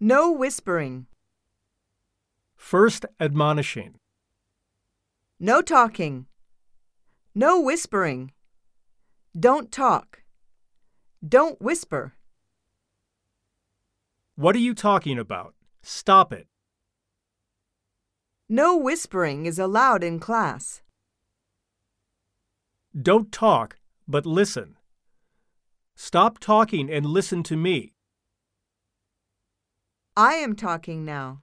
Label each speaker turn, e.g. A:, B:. A: No whispering.
B: First admonishing.
A: No talking. No whispering. Don't talk. Don't whisper.
B: What are you talking about? Stop it.
A: No whispering is allowed in class.
B: Don't talk, but listen. Stop talking and listen to me.
A: I am talking now.